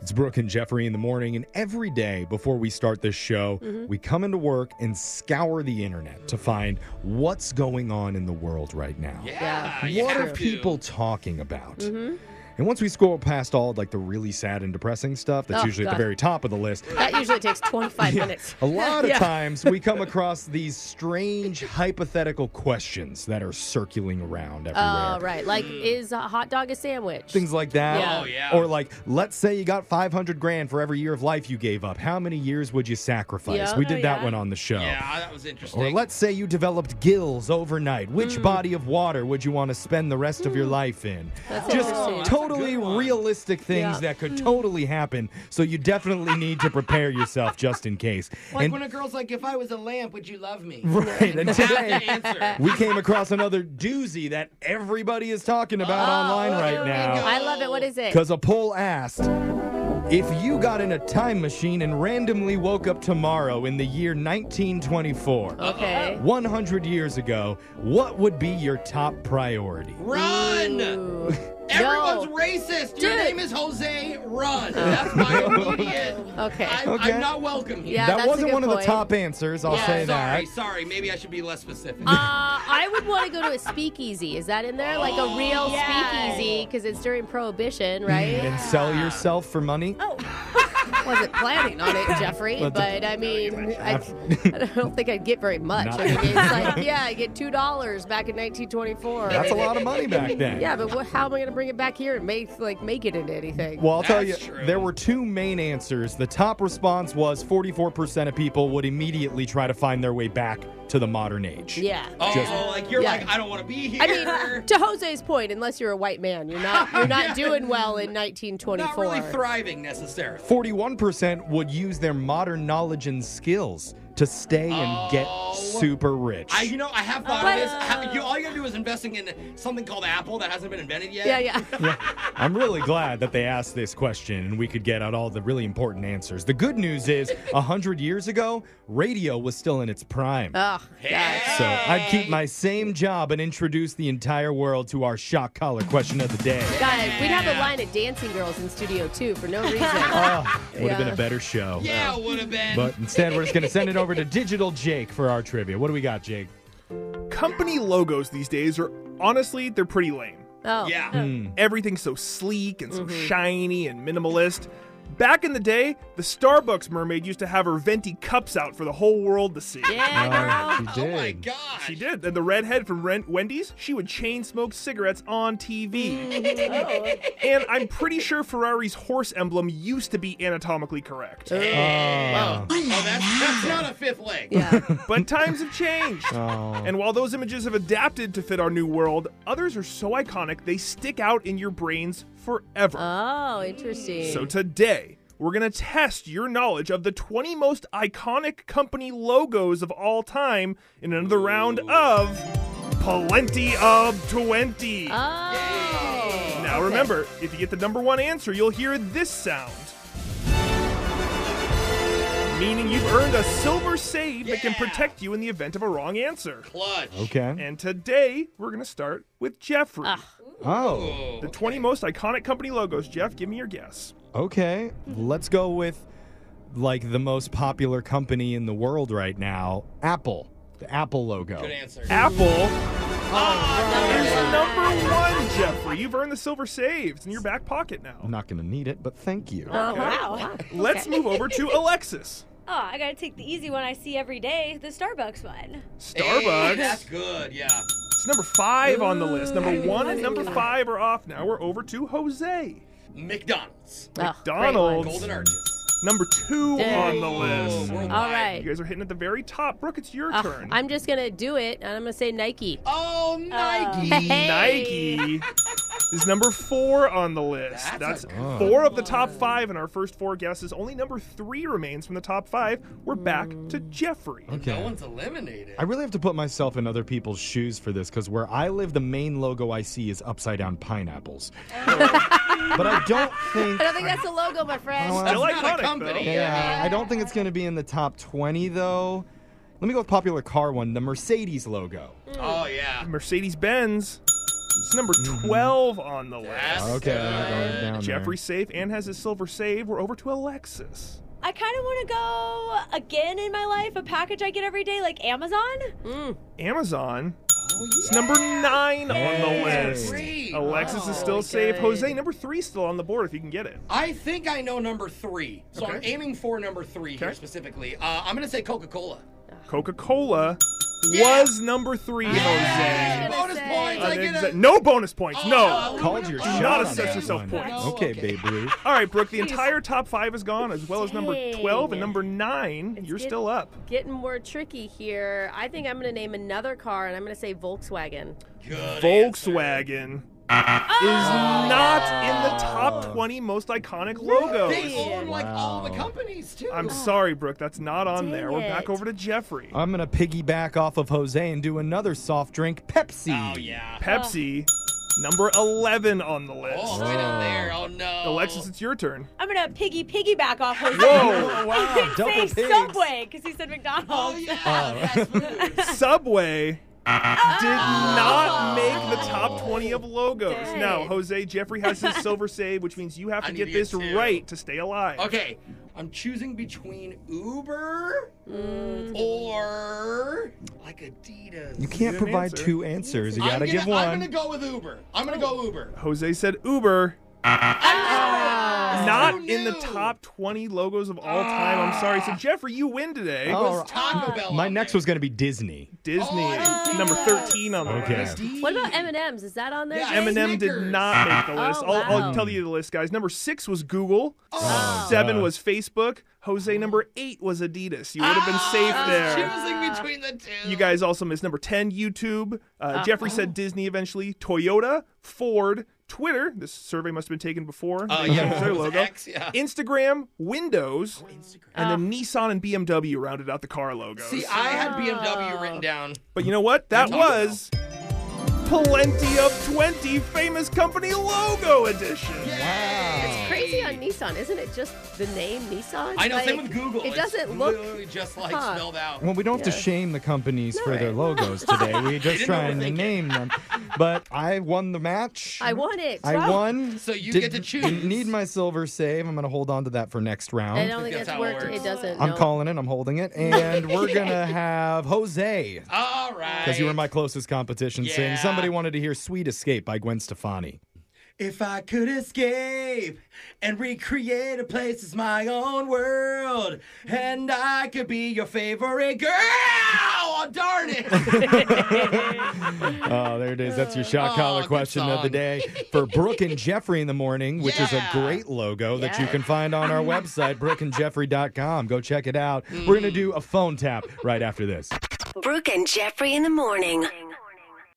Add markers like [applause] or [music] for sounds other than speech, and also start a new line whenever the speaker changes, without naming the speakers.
It's Brooke and Jeffrey in the morning, and every day before we start this show,
Mm-hmm.
we come into work and scour the internet to find what's going on in the world right now.
Yeah. you
What are
have to.
people talking about?
Mm-hmm.
And once we scroll past all like the really sad and depressing stuff that's
Oh,
usually at
God.
the very top of the list,
That
[laughs]
usually takes 25 minutes.
a lot of
[laughs] Yeah.
times we come across these strange hypothetical questions that are circling around everywhere.
Uh, right. Like, is a hot dog a sandwich?
Things like that.
Yeah. Oh,
yeah.
Or like, let's say you got 500 grand for every year of life you gave up. How many years would you sacrifice?
Yeah.
We
Oh,
did that
yeah.
one on the show.
Yeah, that was interesting.
Or let's say you developed gills overnight. Which
Mm.
body of water would you want to spend the rest of your life in?
That's
Just
interesting. That's
a good
totally
one.
realistic things
Yeah. Mm.
that could totally happen. So you definitely need to prepare yourself just in case.
Like
and
when a girl's like, if I was a lamp, would you love me?
[laughs] right, and
That's the
today [laughs]
answer.
we came across another doozy that everybody is talking about online
oh,
right
here we
now.
go.
I love it. What is it?
Because a poll asked if you got in a time machine and randomly woke up tomorrow in the year 1924,
Okay.
100 years ago, what would be your top priority?
Run!
Ooh.
Everyone's
No.
racist. Your
Dude.
name is Jose. Run. That's my immediate.
Okay.
I,
Okay.
I'm not welcome here.
Yeah,
that
that's a
wasn't
good
one of the
point.
top answers, I'll
Yeah,
say
sorry,
that.
sorry. Maybe I should be less specific.
Uh, I would want to go to a speakeasy. Is that in there? Like
Oh,
a real speakeasy because it's during Prohibition,
Mm,
right?
And sell yourself for money?
Oh. Wasn't planning on it,
[laughs]
Jeffrey,
But
but,
the-
I mean, I,
I've-
[laughs] I don't think I'd get very much.
Not-
I mean,
[laughs]
it's like, yeah, I get two dollars back in 1924.
That's a lot of money back then.
Yeah, but what, how am I going to bring it back here and make like make it into anything?
Well, I'll tell you,
That's true.
there were two main answers. The top response was 44% of people would immediately try to find their way back to the modern age.
Yeah.
oh,
just-
like you're
Yeah.
like I don't want to be here.
I [laughs] mean, to Jose's point, unless you're a white man, you're not you're [laughs] not doing well in 1924.
not really thriving necessarily.
41% would use their modern knowledge and skills to stay and get
Oh.
super rich.
I, you know, I have thought of this.
Uh.
Ha- you, all you gotta do is investing in something called Apple that hasn't been invented yet.
yeah, yeah.
I'm really glad that they asked this question and we could get out all the really important answers. The good news is, 100 years ago, radio was still in its prime.
Oh,
Hey.
gosh.
so I'd keep my same job and introduce the entire world to our shock collar question of the day.
God, we'd have a line of dancing girls in studio too for [laughs] no reason.
Oh, would have been
Yeah.
a better show.
Yeah, it would have been.
But instead, we're just going to send it over to Digital Jake for our trivia. What do we got, Jake?
company logos these days are honestly they're pretty lame
oh,
yeah.
hmm, everything's so sleek and so shiny and minimalist back in the day the starbucks mermaid used to have her venti cups out for the whole world to see
yeah, girl.
she
Oh my gosh.
she did and the redhead from Ren- wendy's she would chain smoke cigarettes on tv and i'm pretty sure ferrari's horse emblem used to be anatomically correct
Oh, oh, that's, that's not a fifth leg.
[laughs] Yeah.
but times have changed.
Uh-huh. Oh.
And while those images have adapted to fit our new world, others are so iconic they stick out in your brains forever.
Oh, interesting.
So today, we're going to test your knowledge of the 20 most iconic company logos of all time in another round of Plenty of 20.
oh.
now remember, if you get the number one answer, you'll hear this sound. Meaning you've earned a silver save that can
Yeah.
protect you in the event of a wrong answer.
Clutch.
Okay.
And today we're gonna start with Jeffrey.
Oh,
Oh.
The 20 most iconic company logos. Jeff, give me your guess.
okay. Let's go with like the most popular company in the world right now Apple. The Apple logo.
Good answer.
Apple
Oh,
is number one, Jeffrey. You've earned the silver save. It's in your back pocket now.
I'm not going to need it, but thank you.
Um,
Oh, wow.
Let's move over
[laughs]
to Alexis.
Oh, I gotta take the easy one I see every day, the Starbucks one.
Starbucks.
Hey, that's good. Yeah.
It's number five on the list. Number one and number five are off. Now we're over to Jose.
McDonald's.
Oh,
McDonald's.
great
Golden Arches.
Number two on the list.
worldwide.
one. All
You
right.
guys are hitting at the very top. Brooke, it's your
Ugh,
turn.
Oh, I'm just going to do it and I'm going to say Nike.
Oh, Nike. [laughs]
Hey.
Nike is number four on the list.
That's
That's,
a
four of the top five in our first four guesses. Only number three remains from the top five. We're back to Jeffrey.
No one's eliminated.
I really have to put myself in other people's shoes for this because where I live, the main logo I see is upside down
[laughs]
pineapples. but I don't think.
I don't think that's a logo, my friend.
Oh,
Still
well,
That's not a
iconic,
company.
though.
yeah, I don't think it's going to be in the top 20, though. Let me go with popular car one, the Mercedes logo.
Oh, yeah.
Mercedes Benz It's number 12 on the list.
Mm.
Okay, I'm going Mm-hmm. down there.
Jeffrey safe and has his silver save. We're over to Alexis.
I kind of want to go again in my life. A package I get every day, like Amazon.
Amazon.
Oh,
It's number nine on the list.
Three.
Alexis
Oh,
is still safe. Jose, number three, still on the board if you can get it.
I think I know number three, so I'm
Okay.
aiming for number three here
Okay. Oh,
specifically. Uh, I'm gonna say Coca-Cola.
Coca Cola
Yeah.
was number three, Jose.
gonna
Bonus
say-
points.
Uh,
I get
exa-
a.
no bonus points.
Oh,
No.
no.
Called your
Do
shot.
not
on
assess
that
yourself
one.
points.
Okay,
Okay.
Babe Ruth.
All right, Brooke, the entire top five is gone, as well as number
Dang.
12 and number nine. You're
good.
still up.
Getting more tricky here. I think I'm going to name another car, and I'm going to say Volkswagen.
Good
Volkswagen is not in the top 20 most iconic
answer. They
logos.
own like all the
Wow.
companies too.
I'm sorry, Brooke, that's not on
Dang
there. We're back
it.
over to Jeffrey.
Oh.
I'm gonna piggyback off of Jose and do another soft drink, Pepsi.
Oh yeah.
Pepsi, number 11 on the list.
Oh, way down there. Oh no.
Alexis, it's your turn.
I'm gonna piggy piggyback off Jose. [laughs]
Whoa.
wow, Ah, double
Say
pigs.
Subway because he said McDonald's.
Oh yeah. fast food.
Subway did
Oh.
not make the top 20 of logos.
Dang.
Now, Jose, Jeffrey has
[laughs]
his silver save, which means you have
I
to
need
get
to get
this
two.
right to stay alive.
Okay, I'm choosing between Uber
Mm.
or like Adidas.
You can't
Good
provide
answer.
two answers. You gotta
I'm gonna,
give one.
I'm gonna go with Uber. I'm gonna go Uber.
Jose said Uber.
Ah.
Not in the
knew?
top 20 logos of all time. I'm sorry.
Ah.
So, Jeffrey, you win today.
Oh,
It's Taco Bell.
My
on
next
there.
was gonna be Disney.
Disney,
Oh, I didn't think
number
that.
13 on the
Okay.
list.
What about M&M's? Is that on there?
Yeah,
Jay?
M&M's.
Eminem did
Snickers.
not make the list.
Oh,
I'll, I'll
wow.
tell you the list, guys. Number six was Google.
Oh.
Seven
Uh.
was Facebook. Jose, number eight was Adidas. You would have been safe there.
I Ah. was choosing between the two.
You guys also missed number 10, YouTube. Uh, Jeffrey said Disney eventually. Toyota, Ford, Twitter. This survey must have been taken before.
Uh,
they
yeah,
changed their
it was
logo.
X, yeah. Oh,
Instagram, Windows, and then Nissan and BMW rounded out the car logos.
See, I had BMW written down.
but you know what? That
And Taco Bell.
was Plenty of 20 Famous Company Logo Edition.
It's crazy on Nissan, isn't it? Just the name Nissan.
I know. same
Like,
with Google.
It
It's
doesn't look.
literally just like
Huh.
spelled out.
Well, we don't have to shame the companies for their
Right.
logos today.
[laughs]
We're just
didn't know
trying
what
to
they
name them. But I won the match.
I won it.
I won.
So you
Did-
get to choose.
didn't Need my silver save. I'm gonna hold on to that for next round.
I don't think
That's
that's
how it
worked. It
works.
doesn't.
I'm
no.
calling it. I'm holding it,
[laughs]
and we're gonna have Jose
All right.
because you were my closest competition. Sing.
Yeah.
Somebody wanted to hear "Sweet Escape" by Gwen
[laughs]
Stefani.
If I could escape and recreate a place as my own world, and I could be your favorite girl, oh,
[laughs]
darn it!
Oh, there it is. That's your shot
Aw,
collar
good
question of the
song.
day for Brooke and Jeffrey in the morning, which is a
Yeah.
great logo that you
Yeah.
can find on
[laughs]
our website, brookeandjeffrey.com. Go check it out. We're going to do a phone tap right after this.
Brooke and Jeffrey in the morning.